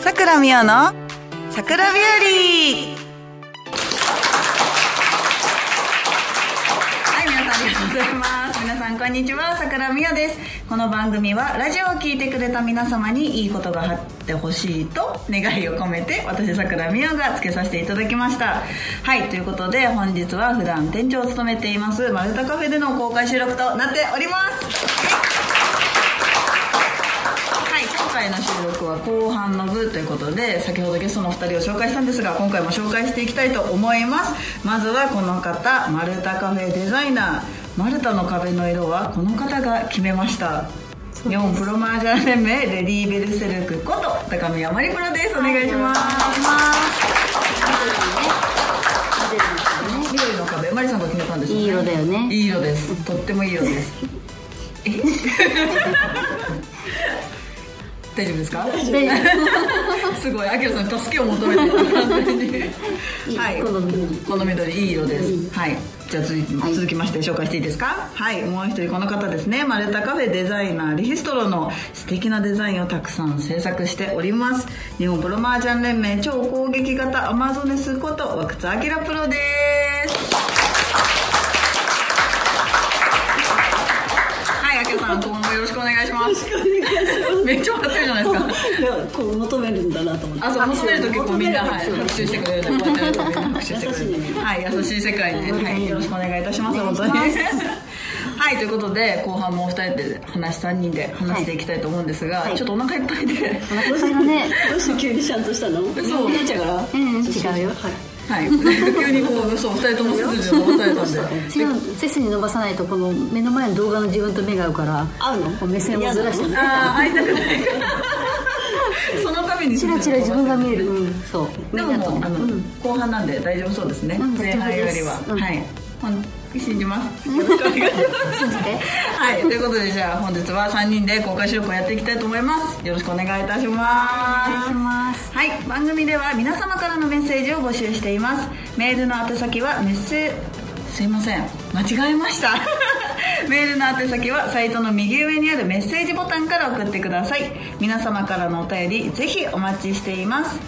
桜美桜の桜ビューリーはい皆さんありがとうございます皆さんこんにちは桜美桜ですこの番組はラジオを聞いてくれた皆様にいいことがあってほしいと願いを込めて私桜美桜がつけさせていただきましたはいということで本日は普段店長を務めていますマルタカフェでの公開収録となっておりますはい、今回の収録は後半の部ということで先ほどゲストのお二人を紹介したんですが今回も紹介していきたいと思いますまずはこの方丸太カフェデザイナー丸太の壁の色はこの方が決めました日本プロマージャー連盟レディーベルセルクこと高宮まりプロですお願いします、緑の壁まりさんが決めたんですよいい色だよねいい色ですとってもいい色ですえ 大丈夫ですか大丈 すごい、あきらさんに助けを求めてる完全にいいはい、この緑この緑いい色です、はいじゃあ続き,、はい続きまして紹介していいですかはいもう一人この方ですねマルタカフェデザイナーリヒストロの素敵なデザインをたくさん制作しております日本プロマージャン連盟超攻撃型アマゾネスこと涌津明プロですはいあきらさん今後もよろしくお願いします めっちゃ笑ってるじゃないですかいやこう求めるんだなと思ってあそう求めると結構みんな、はい、求める拍手してくれるんでこうやってやるとみんな拍手してくれるんではい優しい世界で、 はい、よろしくお願いいたします本当に はいということで後半もお二人で話3人で話していきたいと思うんですが、いちょっとお腹いっぱいでお腹いっぱいだね どうして急にシャンとしたのそう姉ちゃんからうんうん違うよはいはい急にこうそう二人とも背筋を伸ばされたんで違う背筋伸ばさないとこの目の前の動画の自分と目が合うから合うのこ目線をずらしてねああ会いたくない そのためにチラチラ自分が見えるうんそうでももうあの、後半なんで大丈夫そうですね、うん前半よりは、大丈夫ですうんはいほん信じますよろしくお願いします信じてはい、ということでじゃあ本日は3人で公開収録をやっていきたいと思いますよろしくお願いいたしますお願いしますはい番組では皆様からのメッセージを募集していますメールの宛先はメッセすいません間違えました メールの宛先はサイトの右上にあるメッセージボタンから送ってください皆様からのお便りぜひお待ちしています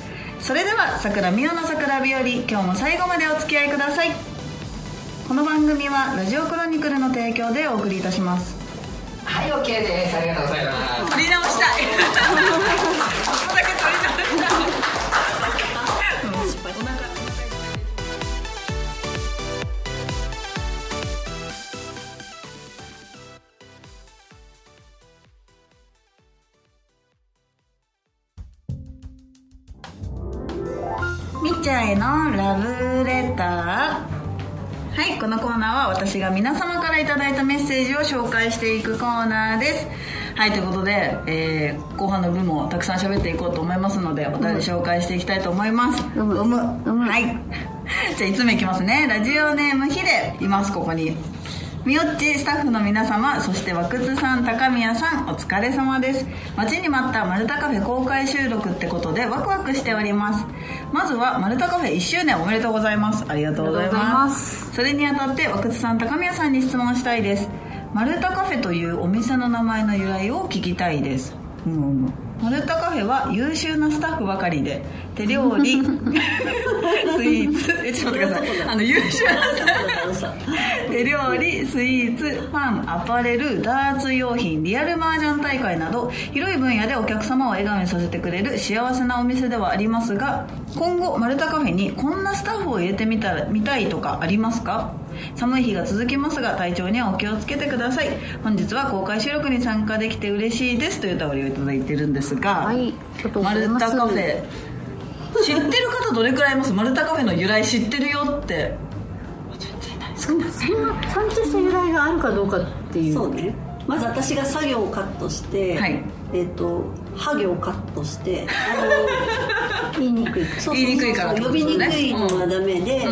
それでは桜美桜の桜日和今日も最後までお付き合いくださいこの番組はラジオクロニクルの提供でお送りいたしますはい、OK です。ありがとうございます。取り直したい お酒取り直したいみっちゃんへのラブレターはいこのコーナーは私が皆様からいただいたメッセージを紹介していくコーナーですはいということで、えー後半の部もたくさん喋っていこうと思いますのでお便り紹介していきたいと思いますうむううむはいじゃあいつもいきますねラジオネームヒデいますここにみよっちスタッフの皆様そして和久津さん高宮さんお疲れ様です待ちに待った丸太カフェ公開収録ってことでワクワクしておりますまずは丸太カフェ1周年おめでとうございますありがとうございありがとうござまいますそれにあたって和久津さん高宮さんに質問したいです丸太カフェというお店の名前の由来を聞きたいですうんうんマルタカフェは優秀なスタッフばかりで手料理スイーツえちょっと待ってくださいあの優秀なスタッフ 手料理スイーツパンアパレルダーツ用品リアルマージャン大会など広い分野でお客様を笑顔にさせてくれる幸せなお店ではありますが今後丸太カフェにこんなスタッフを入れてみたら見たいとかありますか寒い日が続きますが体調にはお気をつけてください本日は公開収録に参加できて嬉しいですというお便りをいただいてるんですが、はいちょっとマござルいますタカフェ知ってる方どれくらいいますマルタカフェの由来知ってるよってそんなそんなちゃんとした由来があるかどうかっていうそうねまず私が作業をカットして、はいえっ、と歯行をカットしてあ言いに くいのそうそうそう言いにくいからってこ呼とびねにくいのがダメで、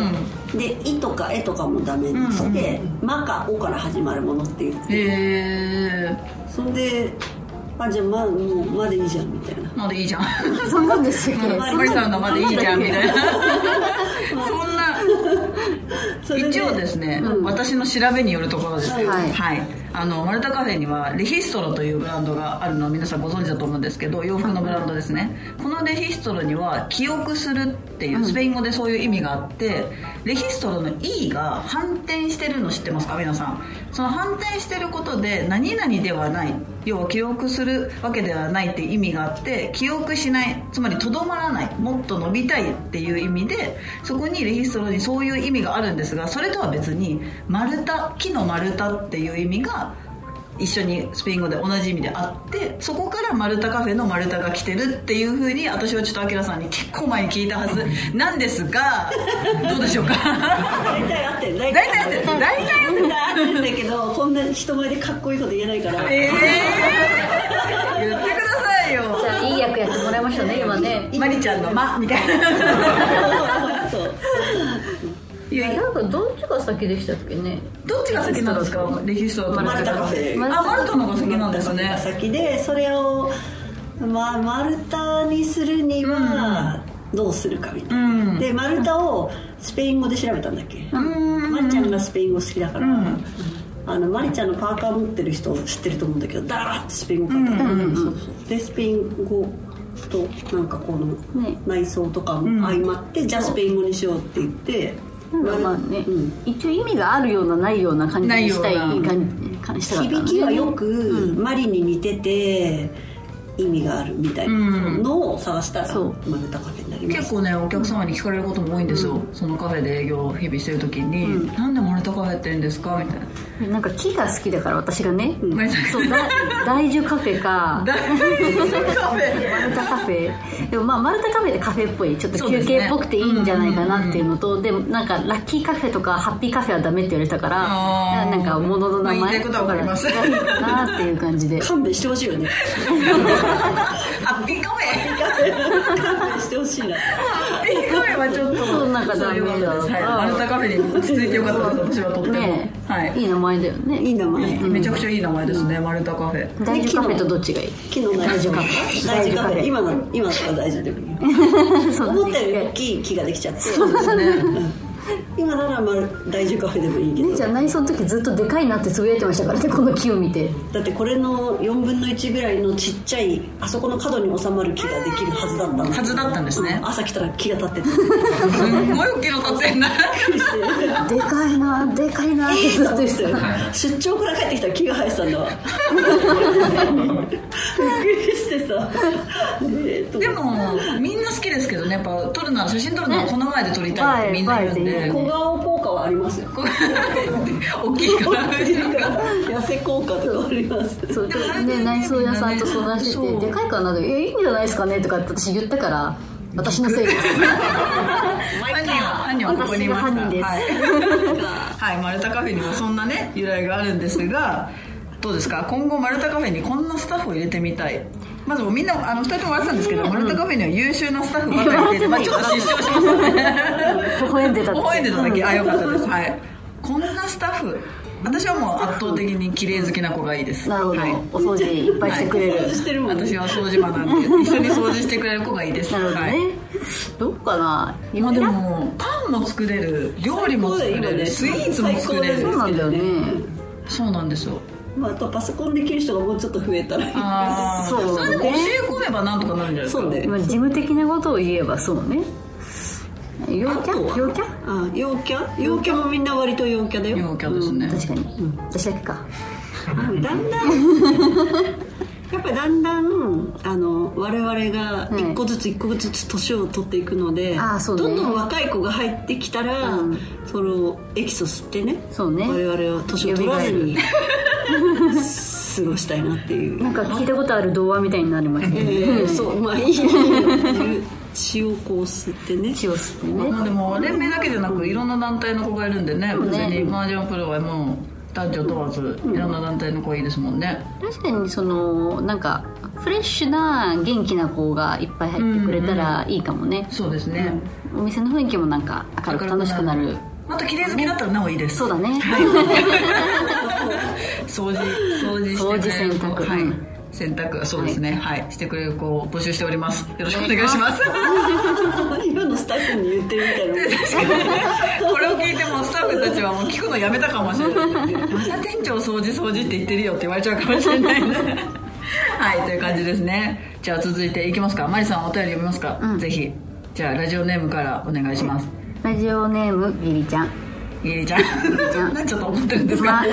うで「い」とか「え」とかもダメにして「ま」か「お」から始まるものっていうへえそれで「あじゃあま」もう「ま」でいいじゃんみたいなまだいいじゃん そんなんですよ マリさんのまでいいじゃんみたいなそんなそれ一応ですね、うん私の調べによるところですけど、ははいいあのマルタカフェにはレヒストロというブランドがあるのを皆さんご存知だと思うんですけど洋服のブランドですね、このレヒストロには記憶するっていうスペイン語でそういう意味があって、レヒストロの E が反転してるの知ってますか皆さんその反転してることで何々ではない要は記憶するわけではないって意味があって記憶しないつまりとどまらないもっと伸びたいっていう意味でそこにレヒストロにそういう意味があるんですがそれとは別に丸太木の丸太っていう意味が一緒にスペイン語で同じ意味であってそこから丸太カフェの丸太が来てるっていうふうに私はちょっとアキラさんに結構前に聞いたはずなんですがどうでしょうか 大体合ってる大大体合ってる大体合ってる合ってるんだけどこんな人前でかっこいいこと言えないからええー、言ってくださいよじゃあいい役やってもらいましたね今ねマリちゃんの「ま」みたい なそういやなんかどっちが先でしたっけねどっちが先なんですかレヒストラとマルタカフェあマルタの方が先なんですね先でそれを、まあ、丸太にするにはどうするかみたいな、うんで丸太をスペイン語で調べたんだっけ、んマリちゃんがスペイン語好きだから、うんあのマリちゃんのパーカー持ってる人知ってると思うんだけどダラーってスペイン語書いてあるそうそうでスペイン語となんかこのね内装とかも相まって、じゃあスペイン語にしようって言ってなんかまあね、うん一応意味があるようなないような感じにしたいないような感感じしたかったの響きはよくマリに似てて意味があるみたいなのを探したらそう生まれたカフェになりました結構ねお客様に聞かれることも多いんですよ、そのカフェで営業を日々してる時に「なんでマルタカフェって言うんですか?」みたいななんか木が好きだから私がね、マリちゃんそうだ大樹カフェか大丈夫カフマェルタカフェでもまあマルタカフェでカフェっぽいちょっとそうで休すね憩っぽくていいんじゃないかなっていうのとでもなんかラッキーカフェとかハッピーカフェはダメって言われたからあーなんか物の名まあ言前いたいことはわかりますがいいかなっていう感じで勘弁してほしいよねハッピーカフェ勘弁してほしいなハッピーカフェはちょっとそうなんかダメだそういうことですはいマルタカフェに落ち着いてよかったです私はとっても、ねはいいい名前だよねいい名前めちゃくちゃいい名前ですね、マルタカフェ大樹カフェとどっちがいい木の大事カフェ大大事事カカフフェェ今の今とか大事でもいいよそう思ったより大きい木ができちゃってうん今ならまあ大事カフェでもいいけ姉どちゃん内装の時ずっとでかいなってつぶやいてましたからねこの木を見てだってこれの4分の1ぐらいのちっちゃいあそこの角に収まる木ができるはずだったのはずだったんですね朝来たら木が立っててすんごい大きいの立ってんな でかいなでかいなってずっと言ってた出張から帰ってきたら木が生えてたんだわびっくりしてさえーとでもみんな好きですけどねやっぱ撮るなら写真撮るならねこの前で撮りたいってみんな言うん映えで映えてい小い顔効果はありますよこ大きいから痩せ効果とかありますそうで内装屋さんと相談してそうて「でかいかな?」とか「いやいいんじゃないですかね」とかって私言ったから私のせ いです犯人は犯人はここにいました私が犯人ですはい、はい、マルタカフェにもそんなね由来があるんですがどうですか今後マルタカフェにこんなスタッフを入れてみたいまずもうみんなあの2人とも笑ってたんですけど、マルタカフェには優秀なスタッフばかりいて、まあ、ちょっと失笑しましたね微笑んでた微笑んでただけあよかったですはいこんなスタッフ私はもう圧倒的に綺麗好きな子がいいですなるほど、はいお掃除いっぱいしてくれる、してるもんね私は掃除場なんで一緒に掃除してくれる子がいいですなるほどね、はいどうかなまあでもパンも作れる料理も作れるスイ最高だよーツも作れ最高るそうなんだよねそうなんですよまあ、あとパソコンできる人がもうちょっと増えたらいいああそうねそれでも教え込めばなんとかなるんじゃないですかそうねまあ事務的なことを言えばそうね陽キャ陽キャあ陽キャ陽キャもみんな割と陽キャだよ陽キャですね確かに、私だけかうんだんだんやっぱりだんだんあの我々が一個ずつ一個ずつ年を取っていくので、あーそうねどんどん若い子が入ってきたら、そのエキスを吸ってねそうね我々は年を取らずに過ごしたいなっていう、なんか聞いたことある童話みたいになりましたえねーそうまあいいいいよ血をこう吸ってね血を吸ってねまあでも連盟だけじゃなくいろんな団体の子がいるんでね別にマージャンプロはもう男女問わずいろんな団体の子いいですもんね確かにそのなんかフレッシュな元気な子がいっぱい入ってくれたらいいかもね、そうですねお店の雰囲気もなんか明るく楽しくなるまた綺麗好きだったらなおいいですそうだね、掃除掃除して掃除洗濯はいうん選択そうですねはい、してくれる子を募集しておりますよろしくお願いします今のスタッフに言ってるみたいな これを聞いてもスタッフたちはもう聞くのやめたかもしれないまた店長掃除掃除って言ってるよって言われちゃうかもしれない ねはいという感じですねじゃあ続いていきますかマリさんお便り読みますか、うんぜひじゃあラジオネームからお願いします、 ラジオネームギリちゃんいえちゃん ちゃん何ちょっと思ってるんですか、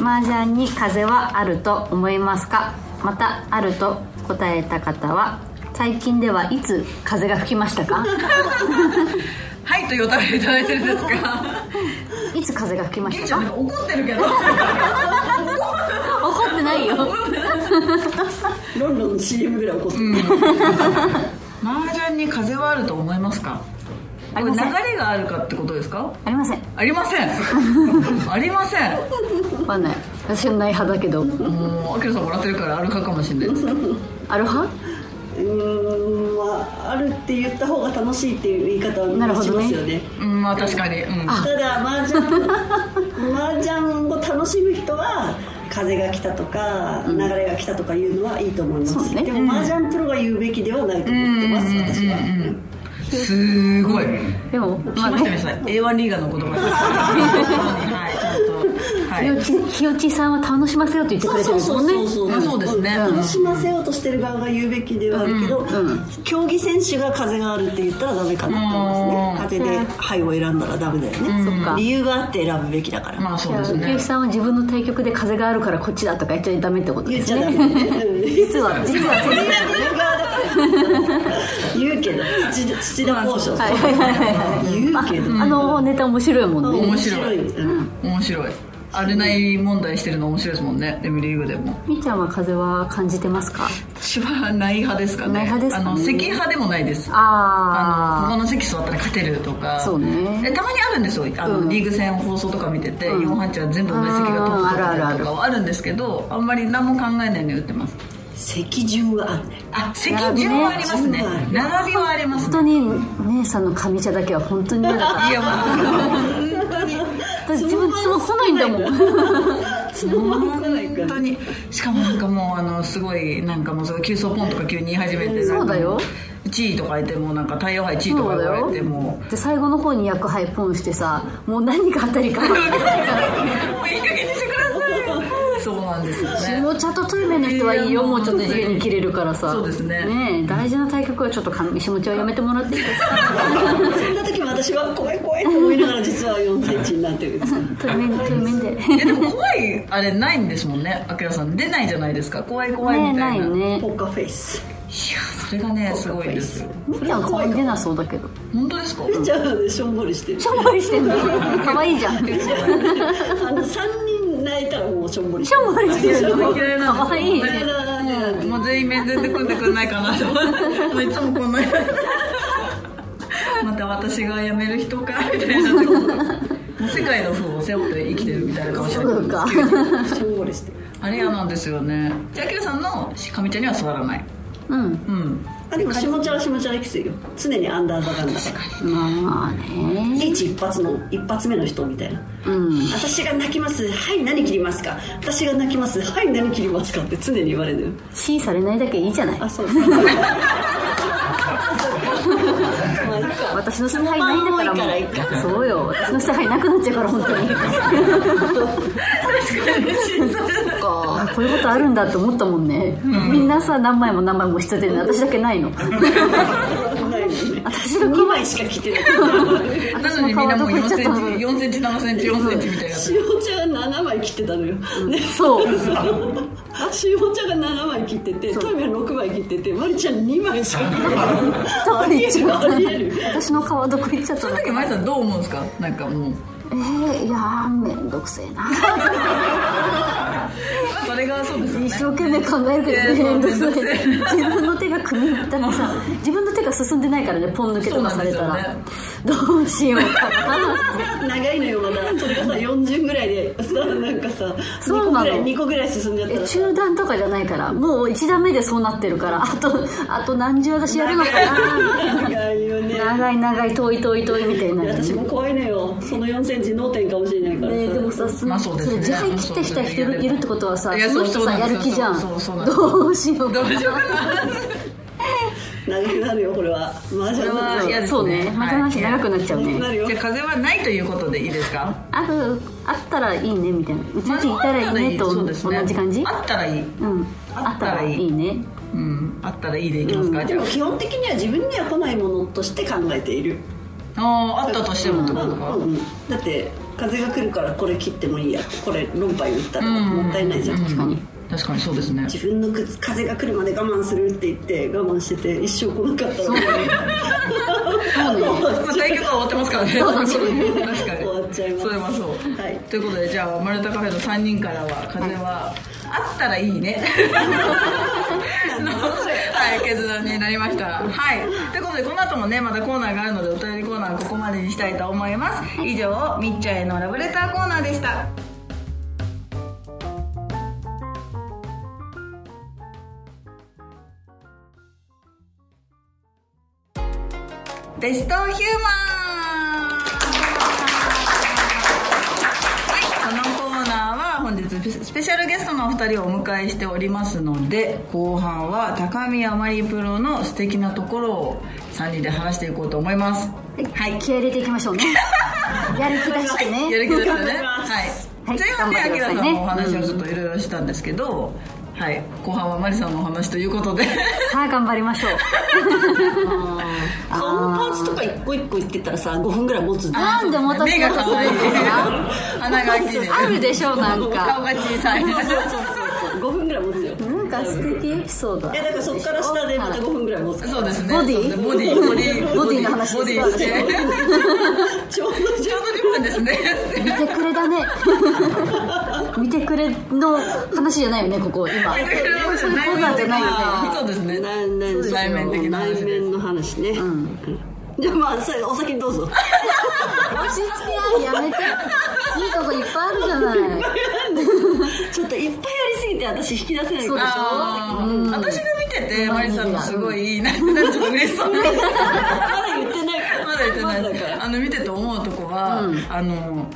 ま 麻雀に風はあると思いますかまたあると答えた方は最近ではいつ風が吹きました かはいというお便りいただいてるんです かいつ風が吹きまゲイしちたゃんかなんか怒ってるけど怒ってないよロンロンの CM ぐらい起こってる、 麻雀に風はあると思いますかこあれり流ませんれがあるかってことですかありませんありませ んありませんわかんない私はない派だけどもうあきらさんもらってるからあるかかもしれないですアル派うーんまああるって言った方が楽しいっていう言い方はみんなるほしどまねすよねうんまあ確かにうんあただ麻雀麻雀を楽しむ人は風が来たとか流れが来たとかいうのはいいと思いまそうす、ねでも麻雀プロが言うべきではないと思ってます私は、すごいでも来ましたね A1 リーガーの言葉ですはいちゃんとはひよいちひよちさんは楽しませようって言ってくそうれてるそうそうそうんですもんねまあそうですねうん楽しませようとしてる側が言うべきではあるけど、競技選手が風があるって言ったらダメかなと思いますね風で「はい」を選んだらダメだよね、そっか理由があって選ぶべきだか ら、まあそうですひよねちさんは自分の対局で風があるからこっちだとか言っちゃダメってこと言でっちすゃダねメだねうん実は実は先生言うけど土田土田交渉はいはいはいは言うけど、いあのネタ面白いもんね面白いうん面白いあれない問題してるの面白いですもんね M リーグでもみーちゃんは風は感じてますか私はない派ですかね内派ですかねあの席派でもないですあのこあこの席座ったら勝てるとかそうねえたまにあるんですよあの、うんリーグ戦放送とか見てて、四4班ちゃん全部同じ席が取あーあるあるあっるとかはあるんですけどあんまり何も考えないように打ってます席順はあるねあ席順はありますね並び並びはあります本ね当に姉さんの神茶だけは本当に嫌だからいやまあだって自分質問来ないんだもんそのまま来ないか本当にしかもなんかもうあのすごいなんかもうすごい急速ポンとか急に言い始めてそうだよ1位とか言ってもうなんか太陽杯1位とそか言うだわよれてもうで最後の方に役配ポンしてさもう何か当たりかもういい加減にしてくださいよそうなんですよねもうちゃんとトイレの人はいいよもうちょっと自由に切れるからさそうですねねえ大事な対局はちょっと紙下持ちはやめてもらっていいですかそんな時も私は怖い怖いと思いながら実は4センチになってるんです対面対面でえでも怖いあれないんですもんねあきらさん出ないじゃないですか怖い怖いねみたないいな、いやねポッカーフェイスそれがねすごいですよみーちゃん顔に出なそうだけど本当ですかじゃあしょんぼりしてるしょんぼりしてんの可愛いじゃんあの3人泣いたらもうしょんぼりしょんぼりしてるの嫌いなんですよ可愛いだからねもう全員面前で組んでくんないかなと思ってもういつもこんな また私が辞める人かみたいな世界の風を背負って生きてるみたいな顔してそるうんでかすけどしょんぼりしてるあれ嫌なんですよねじゃああきらさんのかみちゃんには座らないうんうんあでも下茶は下茶エキスよ常にアンダーザガンだからまあね一一発の一発目の人みたいなうん私が泣きますはい何切りますか私が泣きますはい何切りますかって常に言われるシーされないだけいいじゃないあ そうまあいいか私の支配ないんだからまあまあいいもからいうそうよ私の支配なくなっちゃうから本当にあこういうことあるんだって思ったもんね、みんなさ何枚も何枚も必要で私だけないのないよね私の2枚しか切ってないなのにみんなもう4センチ4センチ7センチ4センチみたいな塩茶が7枚切ってたのよ、でそう塩茶が7枚切っててトイレ6枚切っててマリちゃん2枚しか切ってないトイレ一番ありえる私の顔どこ行っちゃったそのの時マリさんどう思うんですかなんかもうえー、いやーめんどくせえなそれがそうですよ一ね生懸命考えるけどいやねそめうんどくめんどくさせい自分の手が組みだってさ自分の手が進んでないからねポン抜けとかされたら、そうなんどうしようかなって長いのよまだそれがさ40ぐらいでさなんかさそう2個ぐなのらい2個ぐらい進んじゃったえら中断とかじゃないからもう1段目でそうなってるからあとあと何十私やるのかな長いよね長い長い遠い遠い遠いみたいになるよね私も怖いのよその4センチ脳天かもしれないからさ、ねでもさその、まあそうですれね自販切ってきた人いるいるってことはさいやその人さそうなやんでする気じゃんそうそうそうなんですどうしようかどうなしようかな長くなるよこれは麻雀これはの嫌ですねそうねまた話長くなっちゃう長くなねるよじゃあ風はないということでいいですかあるあったらいいねみたいなうちにいたらいいねとそう同ですねじ感じあったらいいうんああっったたららいいいいねうんあったらいいでいきますか、でじゃも基本的には自分には来ないものとして考えているああーあったとしてもってことか、うんだって風が来るからこれ切ってもいいやこれ論破打ったらもったいないじゃん、確かに確かにそうですね自分の靴風が来るまで我慢するって言って我慢してて一生来なかったらまあ対局は終わってますからね確かに終わっちゃいますそれはそう、はいということでじゃあ「マルタカフェ」の3人からは風は、あったらいいねの、はい、決断になりましたはいということでこの後もねまだコーナーがあるのでお便りコーナーはここまでにしたいと思います以上みっちゃんへのラブレターコーナーでしたベストヒューマンはいこのコーナーは本日スペシャルゲストのお二人をお迎えしておりますので後半は高宮マリプロの素敵なところを3人で話していこうと思いますはい、気合い入れていきましょ うねやる気出してねやる気出してねははいい前半で頑張っアてキラさんのくださいねお話をちょっといろいろしたんですけど、はい後半はマリさんのお話ということでさあ頑張りましょう顔のパーツとか一個一個言ってたらさ5分ぐらい持つなんでまた そ目んがな可こと愛い言うんですか穴が開いてるあるでしょうなん顔かが小さい5分ぐらい持つよなんか素敵エピソードいやだからそっから下でまた5分ぐらい持つそうですね。ボディボディ、ボディ、ボディの話ボディですかして。ちょうどちょうど10分ですね。見てくれだ ね見てくれの話じゃないよねここ今見てくれるそういうコーナーじゃないよねそうですね。内面内面的な話です内面の話ね、うん、じゃあまあそれお先にどうぞ 落ち着きないやめていいとこいっぱいあるじゃないちょっといっぱいありすぎて私引き出せないそうでしかあー私が見てて、マリさんのすごいいいなって、ちょっと嬉しそう。らまだ言ってないからまだ言ってないまだだでかす。らあの、見てて思うとこは、あの、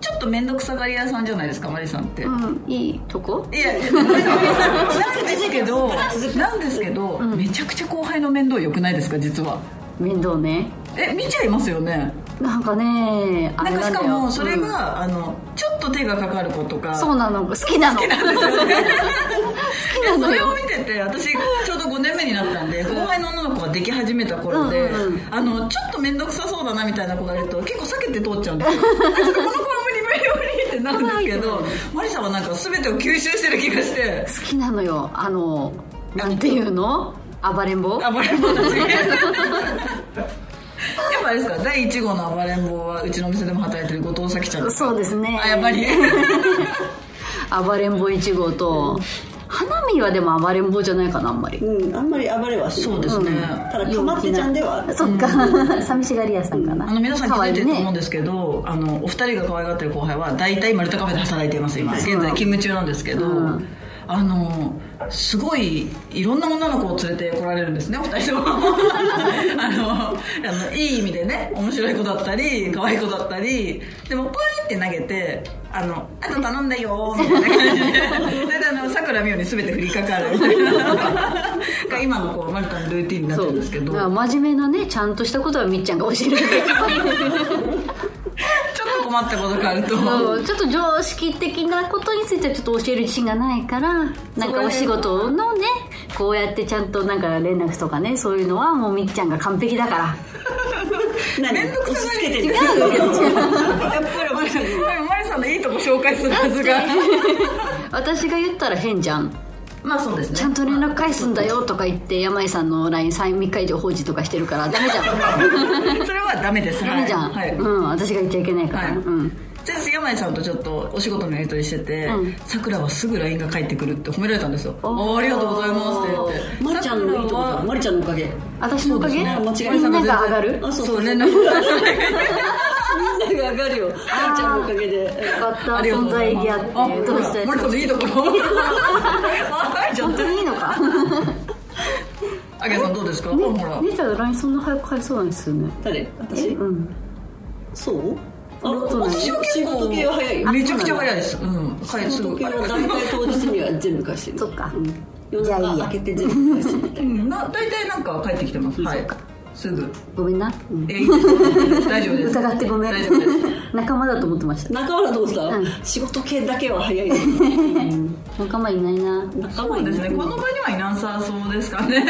ちょっと面倒くさがり屋さんじゃないですか、マリさんって。うんいいとこいや、なんですけど、なんですけど、めちゃくちゃ後輩の面倒良くないですか、実は。面倒ねえ、見ちゃいますよね。なんかねあなれんかなんだしよかもそれが、うんあのちょっと手がかかる子とかそうなの好きなの好きなの好きなそのれよを見てて私ちょうど5年目になったんで後輩の女の子ができ始めた頃で、うんうんあのちょっと面倒くさそうだなみたいな子がいると結構避けて通っちゃうんですよあちょっ とこの子は無理無理無理ってなるんですけどマリさんはなんか全てを吸収してる気がして好きなのよあのなんていうの暴れん坊暴れん坊だしやっぱあれですか第1号の暴れん坊はうちのお店でも働いてる後藤咲ちゃんですそうですねあやっぱり 暴れん坊1号と花見はでも暴れん坊じゃないかなあんまりうんあんまり暴れはしないそうですね、ただかまってちゃんではそっか寂しがり屋さんかなあの皆さん気づいてると思うんでですけど、あのお二人が可愛がってる後輩は大体マルタカフェで働いています今現在勤務中なんですけど、うんあのすごいいろんな女の子を連れてこられるんですねお二人と もあのあのいい意味でね面白い子だったり可愛い子だったりでもポイって投げてあのあと頼んだよーみたいな感 じでであのさくらみおに全て振りかかるみたいなが今のこうマルタのルーティンになってるんですけどだから真面目なねちゃんとしたことはみっちゃんが教えてくれるちょっと困ったことがあると そうちょっと常識的なことについてはちょっと教える自信がないからなんかお仕事のねこうやってちゃんとなんか連絡とかねそういうのはもうみっちゃんが完璧だ から何押し付けてる違うよやっマぱり押リさし付んけてるマリさんのいいとこ紹介するはずが私が言ったら変じゃんまあそうですねちゃんと連絡返すんだよとか言って山井さんの LINE 3日以上放置とかしてるからダメ じゃんそれはダメですダメじゃん、はい、はいうん私が言っちゃいけないから、はいうん先日山井さんとちょっとお仕事のやり取りしててうんさくらはすぐ LINE が返ってくるって褒められたんですよおーあありがとうございますって言ってまりちゃんのいいとこだまりちゃんのおかげ私のおかげ、そうですね間違いみんななくが上がるあそうそそうう連絡みんなが上がるよまりちゃんのおかげでよかったありがとうご存ざ在い意ます義あってどうしたあマリさんのいい ところあちょっ本と当にいい のかあきらさんどうですかあねほらねちゃんの LINE そんな早く返そうなんですよね誰私うんそうあそうなんだ私は結構仕事系は早いあめちゃくちゃ早いですうん早いすそのぐ時計は大体当日には全部返してるそっかうんじゃあいいや夜中明けて全部返 してるうんな大体なんか帰ってきてますはいすぐごめんな、うんえいいです大丈夫です疑ってごめん大丈夫です仲間だと思ってました仲間だと思ってた、うん仕事系だけは早いね仲間いないな仲そ間ういなでいすねこの場にはいなさそうですか ね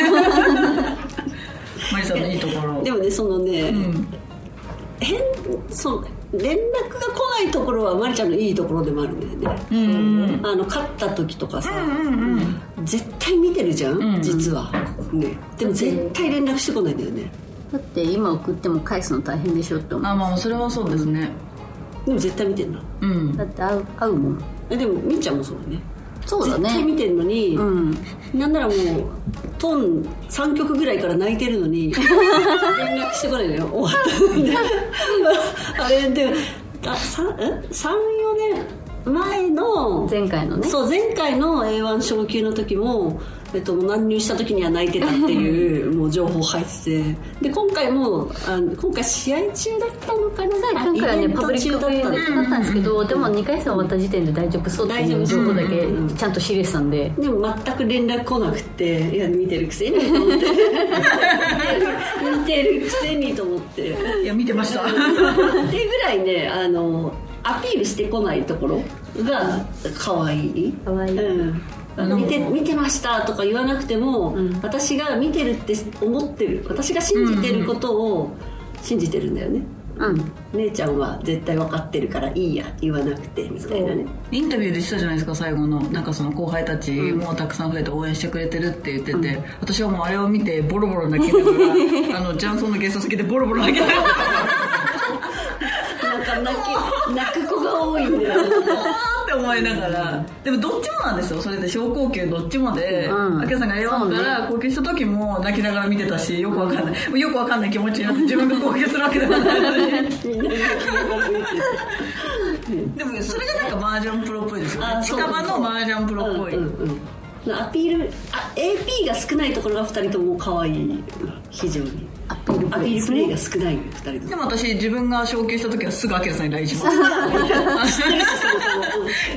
マリさんのいいところでもねそのね、うん変その連絡が来ないところはまりちゃんのいいところでもあるんだよね、んあの勝った時とかさ、うんうん絶対見てるじゃん、うん実は、ね、でも絶対連絡してこないんだよねだって今送っても返すの大変でしょって思あまあそれはそうですねでも絶対見てんのうんうだって会う会うもんえでもみーちゃんもそうだねそうだ絶対見ねてんのに、うんなんならもうトン3曲ぐらいから泣いてるの に連絡してこないのよ終わったみたいなあれで34年前の前回のねそう前回の A1 昇級の時も、えっと、乱入した時には泣いてたっていうもう情報入っててで今回もあ今回試合中だったのかな今回はイねベンパトブリッ中クだっビュたのーイングかだなったんですけどでも2回戦終わった時点で大丈夫そうっていう情報だけちゃんと仕入れてたんででも全く連絡来なくていや見てるくせにと思って 見てるくせにと思ってっいや見てました ていうぐらいねあのアピールしてこないところが可愛い可愛いうんあの見て見てましたとか言わなくても、ん私が見てるって思ってる私が信じてることを信じてるんだよね、うん姉ちゃんは絶対分かってるからいいや言わなくてみたいなねインタビューでしたじゃないですか最後のなんかその後輩たちもたくさん増えて応援してくれてるって言ってて、私はもうあれを見てボロボロ泣きなが らあのジャンソンのゲスト先でボロボロ泣きながらなんか泣き泣く子が多いんだよって思いながらでもどっちもなんですよそれで小高級どっちもでうんあけ、さんが A1 から高級した時も泣きながら見てたしよくわかんない、よくわかんない気持ちになって自分が高級するわけでは ないのにでもそれがなんかマージャンプロっぽいですよねあそう近場のマージャンプロっぽい、うんうんうんアピールあ AP が少ないところが2人とも可愛い非常にアピールプレアイピールプレイが少ない2人でともも私自分が昇級した時はすぐアキラさんに LINE します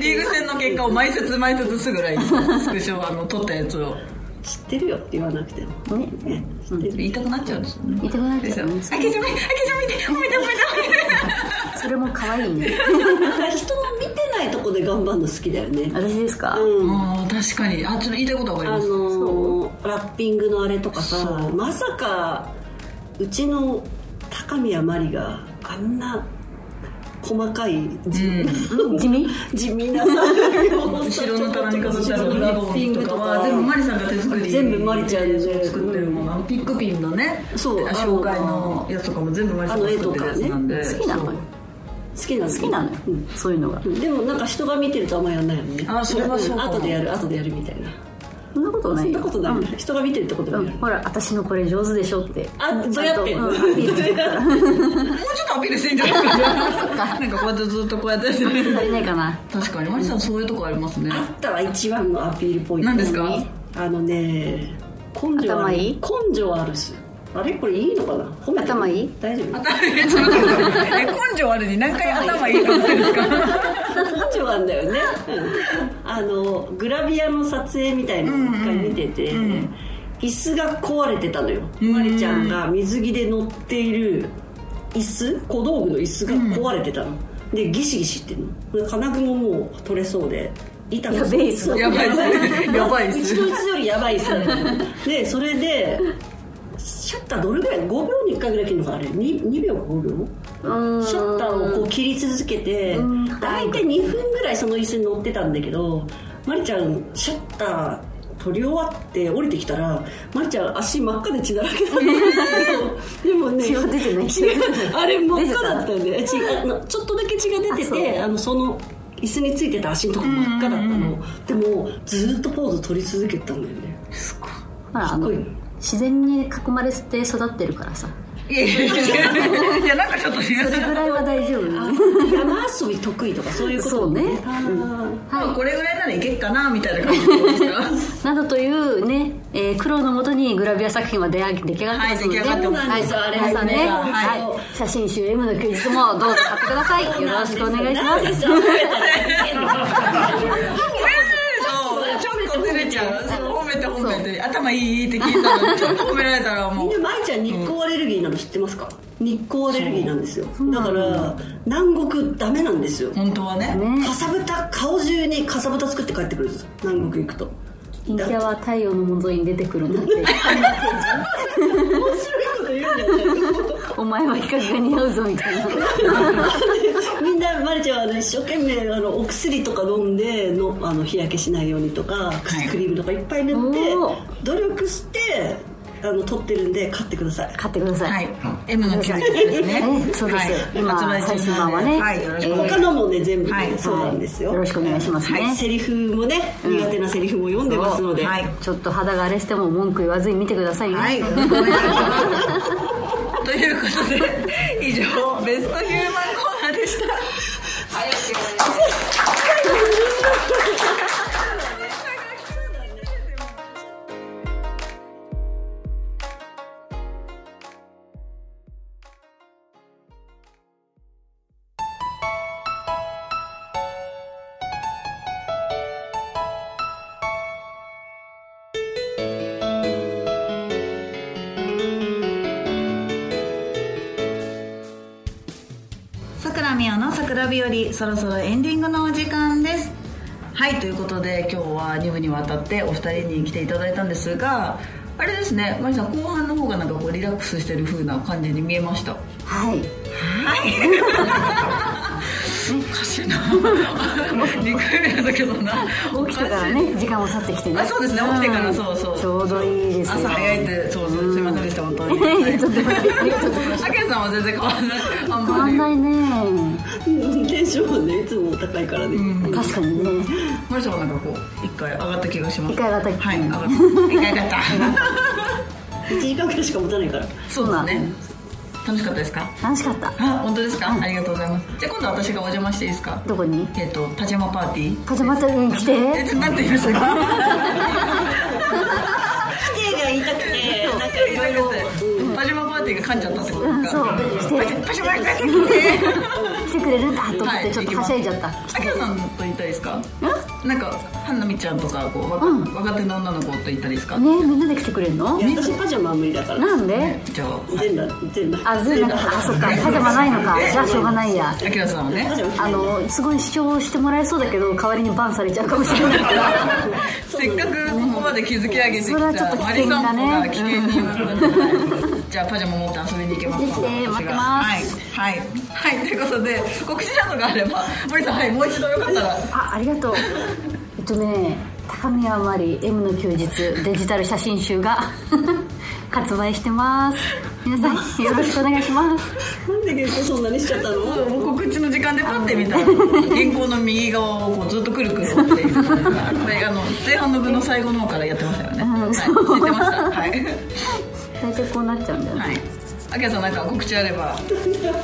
リーグ戦の結果を毎節毎節すぐ LINE しますスクショあの撮ったやつを知ってるよって言わなくてもね知ってる言いたくなっちゃうんですよね言いたくなっでちすゃようねねあけちゃん見てあけちゃん見て褒めて褒めそれも可愛いね人の見てないとこで頑張るの好きだよね 私ですかうてん あー確かにあちょっと言いたいことは分かありますのーラッピングのあれとかさそうまさかうちの高宮真理があんな細かい地,、地味 地味な作業を後ろの棚に飾ってあるララボッピンングとかとはか全部マリさんが手作り全部マリちゃんで作ってるものピックピンのねそうあの紹介のやつとかも全部マリさんが作ってるやつなんであの絵とかね好きなそう好きなののよ好きなのようんそういうのがでもなんか人が見てるとあんまやんないよねあそれはそうかもん後でやる後でやるみたいなそんなことそなんいなよことない、人が見てるってことうもんやるほら私のこれ上手でしょってあどうやってちんゃんとのうんアピー ルしてるからもうちょっとアピールしていいんじゃないですかなんかこうやってずっとこうやって足りないかな確 かにマリさんそういうとこあり ますねあったわ一番のアピールポイント何ですかあのね根性あ頭るいい根性あるしあれこれいいのかな褒めてる頭いい大丈夫頭いいえちょっと待ってえ根性あるに何回頭いいかってるんですか根性あるんだよね、うんあのグラビアの撮影みたいなのを一回見てて、椅子が壊れてたのよ、マリちゃんが水着で乗っている椅子小道具の椅子が壊れてたの、でギシギシってんの金具ももう取れそうで板がやべえ椅子やばいっすやばいっうすちの椅子よりやばいっすねでそれでシャッターどれぐらい5秒に1回ぐらい切るのかなあれ 2, 2秒か5秒うんシャッターをこう切り続けて大体2分ぐらいその椅子に乗ってたんだけどまりちゃんシャッター取り終わって降りてきたらまりちゃん足真っ赤で血だらけだったんだ けどでもね血は出てない血があれ真っ赤だったんで血があのちょっとだけ血が出てあそうてあのその椅子についてた足のとこ真っ赤だったのでもずーっとポーズ取り続けてたんだよねほらあのすごい自然に囲まれて育ってるからさいやいやいやいやなんかちょっと知らそれぐらいは大丈夫山遊び得意とかそういうこそとうねあーまあこれぐらいならいけっかなみたいな感じですかなどというね、えー苦労のもとにグラビア作品は出来出来上がってはますので、い出来上がってますはい皆さんね、はいはい、写真集 M の休日もどうぞ買ってく ださい。よろしくお願いしま。なんですそんなこと言うのちょっと褒めちゃうそう褒めて褒めて頭いいって聞いたらちょっと褒められたらもみうんな舞ちゃん日光アレルギーなの知ってますか日光アレルギーなんですよだから南国ダメなんですよ本当はねねかさぶた顔中にかさぶた作って帰ってくるんですよ南国行くと陰キャは太陽のもとに出てくる なんて、面白いこと言うんだよねお前は比較が似合うぞみたいな。 みんなまりちゃんはあの一生懸命あのお薬とか飲んでのあの日焼けしないようにとかいクリームとかいっぱい塗ってお努力してあの取ってるんで買ってください買ってください。はい M の休日ですねねそうですはい今発売中最新版はねはいよろしくお願いし他のもね全部ねはいそうなんですよ、よろしくお願いしますね。はい、セリフもね、苦手なセリフも読んでますので、はいちょっと肌が荒れしても文句言わずに見てくださいね。 はい、よろしくお願いします。ということで、以上、ベストヒューマンコーナーでした。早くさくらみおの桜日和、そろそろエンディングのお時間です。はい、ということで、今日は2部にわたってお二人に来ていただいたんですが、あれですね、まりさん、後半の方がなんかこうリラックスしてる風な感じに見えました。ははい。い。 おかしいな。2回目なんだけどな。起きてからね、時間も経ってきてね。あそうですね起きてからんそうそうちょうどいいですよ。朝早いって、そうそう、すいませんでした、本当に。 いやちょっと待ってあけさんは全然変わらない。あん変わまりんないね。テンションはねいつもお高いからね、確かにね。マリさんはなんかこう一回上がった気がします一回上がったはい上がった一回上がった1時間ぐらいしか持たないから そうですね楽しかったですか楽しかった。あ本当ですか、ありがとうございますじゃあ今度私がお邪魔していいですかどこにえっ、とパジャマパーティーパジャマ店に来えて。ちょっと何て言いましたか来てが言いたくてなんかいろいろパジャマパーティーが噛んじゃったってことでうん、すそうか、。来て、パジャマパー ティーって来てくれるんだと思っはて、いちょっとはしゃいじゃった。あけさんと言いたいですかなんかはんなみちゃんとかこう若,、うん若手の女の子と言ったりですか、ねみんなで来てくれるのいや私パジャマは無理だからなんでじゃあ全裸全裸あ、ずいなあ、そっか、パジャマないのか。じゃあしょうがないや。あきらさんはねパジャマ着てあの、すごい主張してもらえそうだけど、代わりにバンされちゃうかもしれな いから。せっかくここまで築き上げてきそれはちょったと危マリ険さだんねぽが危険になるじゃあパジャマ持って遊びに行けますかぜひね私待ってがますはいはい、はい、ということで告知などがあれば森さんはいもう一度よかったらあ、ありがとう。えっとね、高宮まり M の休日デジタル写真集が 発売してます。皆さんよろしくお願いします。なんで結構そんなにしちゃったのもう告知の時間でパッて見たら原稿の右側をこうずっとくるくるっていうのがこれあの前半の部の最後の方からやってましたよね、はい、知ってましたはい、大体こうなっちゃうんだよね。はい、あきらさんなんか告知あれば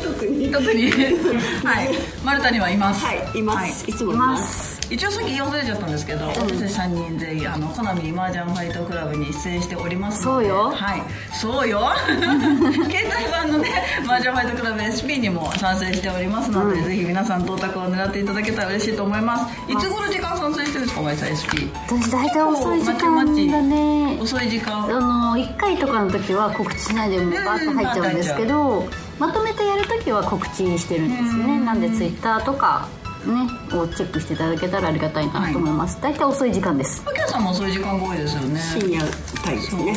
特に特にはい丸太にはいますはいいます、い、つもいいまますす。一応さっき言い忘れちゃったんですけど、私たち3人全員あのコナミマージャンファイトクラブに出演しておりますのでそうよはいそうよ携帯版のねマージャンファイトクラブ SP にも参戦しておりますので、ぜひ皆さん到宅を狙っていただけたら嬉しいと思いますいつ頃時間参戦してるんですか毎回 SP 私大体遅い時間だね。遅い時間あの1回とかの時は告知しないでもうバーッと入っちゃうんですけどまとめてやる時は告知してるんですねなんでツイッターとかねをチェックしていただけたらありがたいなと思います大体遅い時間ですあきらさんも遅い時間が多いですよね深夜帯ですね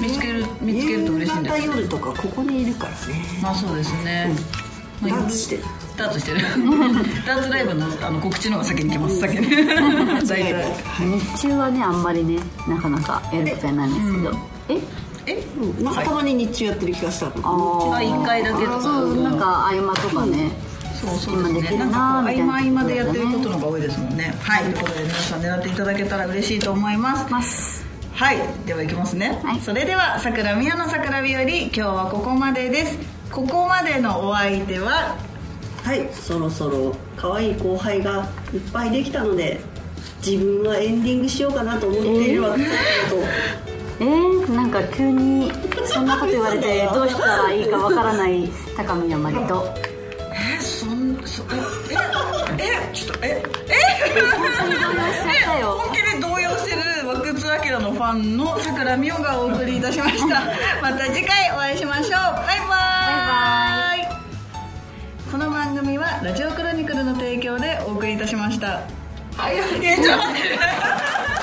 見つける見つけると嬉しいんです夕方夜とかここにいるからねまあそうですね、まあダンスしてるダーツしてるダーツライブのあの告知の方が先に来ます先に大体日中はねあんまりねなかなかやることはないんですけどええうんなんかたまに日中やってる気がしたのああ一回だけとかそうなんか合間とかねそうそうです今できねるなんなかこうみた合いな間合間でやってることの方が多いですもんねはいということで皆さん狙っていただけたら嬉しいと思いますますはいではいきますね、はいそれでは桜宮の桜日和今日はここまでですここまでのお相手ははいそろそろ可愛い後輩がいっぱいできたので自分はエンディングしようかなと思っているわけだけど、えー、なんか急にそんなこと言われてどうしたらいいかわからない高宮まりとえそんそえええちょっとええ本当に動揺しちゃったよ本気で動揺してる和久津明のファンの桜美桜がお送りいたしましたまた次回お会いしましょうバイバイこの番組は「ラジオクロニクル」の提供でお送りいたしましたはい。えちょっと待って